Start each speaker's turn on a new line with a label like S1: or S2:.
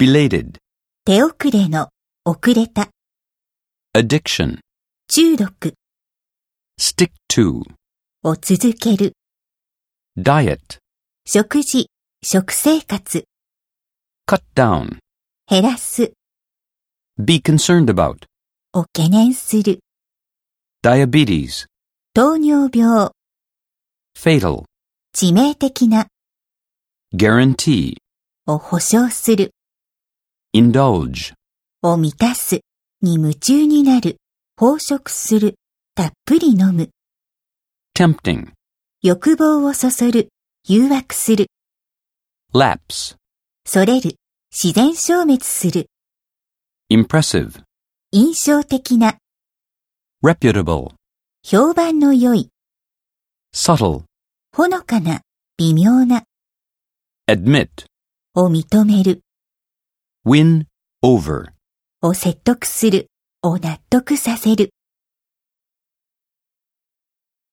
S1: related,
S2: 手遅れの、遅れた、
S1: addiction,
S2: 中毒
S1: stick to,
S2: を続ける、
S1: diet,
S2: 食事、食生活、
S1: cut down,
S2: 減らす、
S1: be concerned about,
S2: を懸念する、
S1: diabetes,
S2: 糖尿病、
S1: fatal,
S2: 致命的な、
S1: guarantee,
S2: を保証する、
S1: indulge,
S2: を満たす、に夢中になる、飽食する、たっぷり飲む、
S1: tempting,
S2: 欲望をそそる、誘惑する、
S1: lapse,
S2: それる、自然消滅する、
S1: impressive,
S2: 印象的な、
S1: reputable,
S2: 評判の良い、
S1: subtle,
S2: ほのかな、微妙な、
S1: admit,
S2: を認める、
S1: win, over.
S2: を説得する、を納得させる。